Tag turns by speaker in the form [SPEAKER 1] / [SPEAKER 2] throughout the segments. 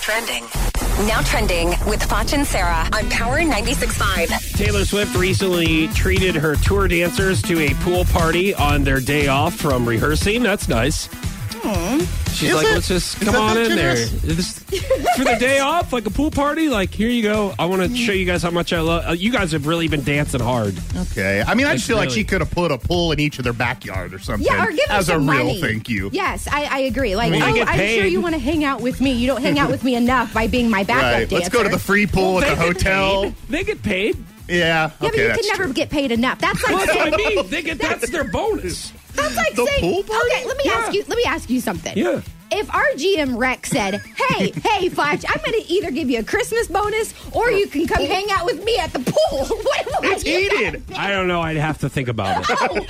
[SPEAKER 1] trending. Now trending with Foch and Sarah on Power 96.5.
[SPEAKER 2] Taylor Swift recently treated her tour dancers to a pool party on their day off from rehearsing. That's nice. She's
[SPEAKER 3] Is
[SPEAKER 2] like,
[SPEAKER 3] it?
[SPEAKER 2] let's just
[SPEAKER 3] Is
[SPEAKER 2] come
[SPEAKER 3] that
[SPEAKER 2] on
[SPEAKER 3] that
[SPEAKER 2] in there.
[SPEAKER 3] generous?
[SPEAKER 2] This- for their day off, like a pool party, like, here you go. I want to
[SPEAKER 3] Mm.
[SPEAKER 2] show you guys how much I love. Uh, you guys have really been dancing hard.
[SPEAKER 3] Okay. I mean, I
[SPEAKER 2] Like,
[SPEAKER 3] just feel like
[SPEAKER 2] really.
[SPEAKER 3] she could have put a pool in each of their backyard or something.
[SPEAKER 4] Yeah, or give
[SPEAKER 3] as
[SPEAKER 4] her
[SPEAKER 3] a
[SPEAKER 4] some
[SPEAKER 3] real
[SPEAKER 4] money.
[SPEAKER 3] thank you.
[SPEAKER 4] Yes, I, I agree. Like,
[SPEAKER 2] mean, I
[SPEAKER 4] oh,
[SPEAKER 2] get
[SPEAKER 4] I'm sure
[SPEAKER 2] paid.
[SPEAKER 4] you want to hang out with me. You don't hang out with me enough by being my backup
[SPEAKER 3] Right.
[SPEAKER 4] dancer.
[SPEAKER 3] Let's go to the free pool at the
[SPEAKER 2] They get
[SPEAKER 3] hotel.
[SPEAKER 2] paid. They get paid.
[SPEAKER 3] Yeah.
[SPEAKER 4] Yeah,
[SPEAKER 3] okay.
[SPEAKER 4] but you
[SPEAKER 3] that's
[SPEAKER 4] can never
[SPEAKER 3] true.
[SPEAKER 4] get paid enough. That's like
[SPEAKER 2] Well, that's
[SPEAKER 4] saying,
[SPEAKER 2] what I mean. They get that's their bonus.
[SPEAKER 4] that's like
[SPEAKER 3] The
[SPEAKER 4] saying,
[SPEAKER 3] pool party?
[SPEAKER 4] okay, let me ask
[SPEAKER 2] Yeah.
[SPEAKER 4] you, let me ask you something.
[SPEAKER 2] Yeah.
[SPEAKER 4] If our GM Rex said, "Hey, hey, Fudge, I'm going to either give you a Christmas bonus or you can
[SPEAKER 2] Oh.
[SPEAKER 4] come hang out with me at the pool," what would
[SPEAKER 3] It's
[SPEAKER 4] you
[SPEAKER 3] heated.
[SPEAKER 2] I don't know. I'd have to think about it.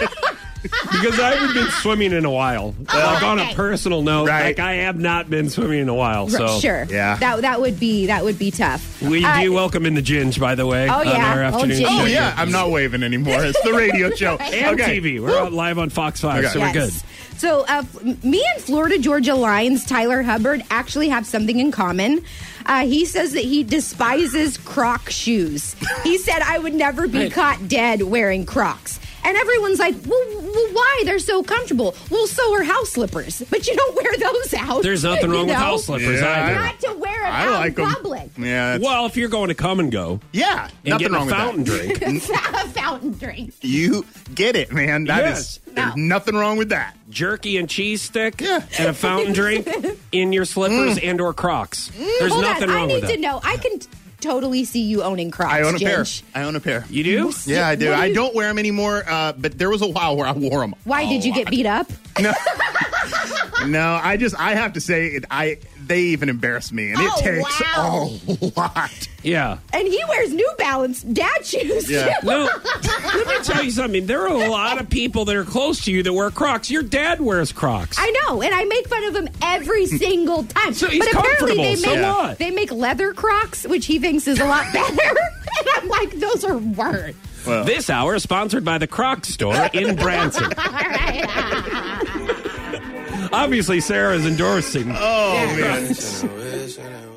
[SPEAKER 2] because I haven't been swimming in a while. like on a
[SPEAKER 4] okay.
[SPEAKER 2] personal note,
[SPEAKER 3] Oh, Right.
[SPEAKER 2] like I have not been swimming in a while.
[SPEAKER 4] Right,
[SPEAKER 2] So
[SPEAKER 4] sure.
[SPEAKER 3] Yeah.
[SPEAKER 4] That that would be that would be tough.
[SPEAKER 2] We
[SPEAKER 4] Uh,
[SPEAKER 2] do welcome in the Ginge, by the way.
[SPEAKER 4] Oh,
[SPEAKER 2] on
[SPEAKER 4] yeah.
[SPEAKER 2] Our
[SPEAKER 4] Oh,
[SPEAKER 2] afternoon
[SPEAKER 4] Ginge.
[SPEAKER 2] show.
[SPEAKER 3] Oh yeah, I'm not waving anymore. It's the radio show
[SPEAKER 2] And
[SPEAKER 3] Okay.
[SPEAKER 2] TV. We're out live on Fox 5,
[SPEAKER 3] Okay.
[SPEAKER 2] so we're good.
[SPEAKER 4] So, uh, f- me and Florida Georgia Lions Tyler Hubbard actually have something in common. Uh, he says that he despises Croc shoes. He said, I would never be
[SPEAKER 2] Right.
[SPEAKER 4] caught dead wearing Crocs. And everyone's like, well, well, why? They're so comfortable. Well, so are house slippers, but you don't wear those out.
[SPEAKER 2] There's nothing
[SPEAKER 4] you
[SPEAKER 2] wrong with
[SPEAKER 4] know?
[SPEAKER 2] house slippers
[SPEAKER 3] Yeah,
[SPEAKER 2] either.
[SPEAKER 4] Not to wear them
[SPEAKER 3] I
[SPEAKER 4] out
[SPEAKER 3] like
[SPEAKER 4] in
[SPEAKER 3] 'em. Mm-hmm.
[SPEAKER 4] public.
[SPEAKER 3] Yeah, that's-
[SPEAKER 2] Well, if you're going to come and go
[SPEAKER 3] yeah.
[SPEAKER 2] and
[SPEAKER 3] Nothing
[SPEAKER 2] get
[SPEAKER 3] wrong
[SPEAKER 2] a
[SPEAKER 3] with
[SPEAKER 2] fountain
[SPEAKER 3] that.
[SPEAKER 2] drink,
[SPEAKER 4] a fountain drink.
[SPEAKER 3] You get it, man. That is.
[SPEAKER 2] Yes.
[SPEAKER 3] there's
[SPEAKER 4] No.
[SPEAKER 3] nothing wrong with that.
[SPEAKER 2] jerky and cheese stick,
[SPEAKER 3] Yeah. Mm.
[SPEAKER 2] and a fountain drink in your slippers and or Crocs. There's
[SPEAKER 4] Mm. Hold
[SPEAKER 2] nothing
[SPEAKER 4] on,
[SPEAKER 2] wrong
[SPEAKER 4] I need
[SPEAKER 2] with
[SPEAKER 4] to
[SPEAKER 2] that.
[SPEAKER 4] know. I can t- totally see you owning Crocs.
[SPEAKER 3] I own a pair.
[SPEAKER 4] Ginge.
[SPEAKER 3] I own a pair.
[SPEAKER 2] You do?
[SPEAKER 3] Yeah, I do.
[SPEAKER 4] What do
[SPEAKER 3] I
[SPEAKER 4] you-
[SPEAKER 3] don't wear them anymore, uh, but there was a while where I wore them.
[SPEAKER 4] Why did you get beat up?
[SPEAKER 3] No. no, I just I have to say it, I they even embarrass me, and it
[SPEAKER 4] Oh,
[SPEAKER 3] takes
[SPEAKER 4] wow.
[SPEAKER 3] a lot.
[SPEAKER 2] Yeah.
[SPEAKER 4] And he wears New Balance dad shoes.
[SPEAKER 3] Yeah.
[SPEAKER 2] No, let me tell you something. There are a lot of people that are close to you that wear Crocs. Your dad wears Crocs.
[SPEAKER 4] I know, and I make fun of him every single time.
[SPEAKER 2] So he's
[SPEAKER 4] but apparently
[SPEAKER 2] comfortable,
[SPEAKER 4] they
[SPEAKER 2] so
[SPEAKER 4] make
[SPEAKER 2] what?
[SPEAKER 4] they make leather Crocs, which he thinks is a lot better. and I'm like, those are worse.
[SPEAKER 2] This hour is sponsored by the Crocs store in Branson.
[SPEAKER 4] All right.
[SPEAKER 2] Obviously, Sarah is endorsing.
[SPEAKER 3] Oh man.
[SPEAKER 5] Generation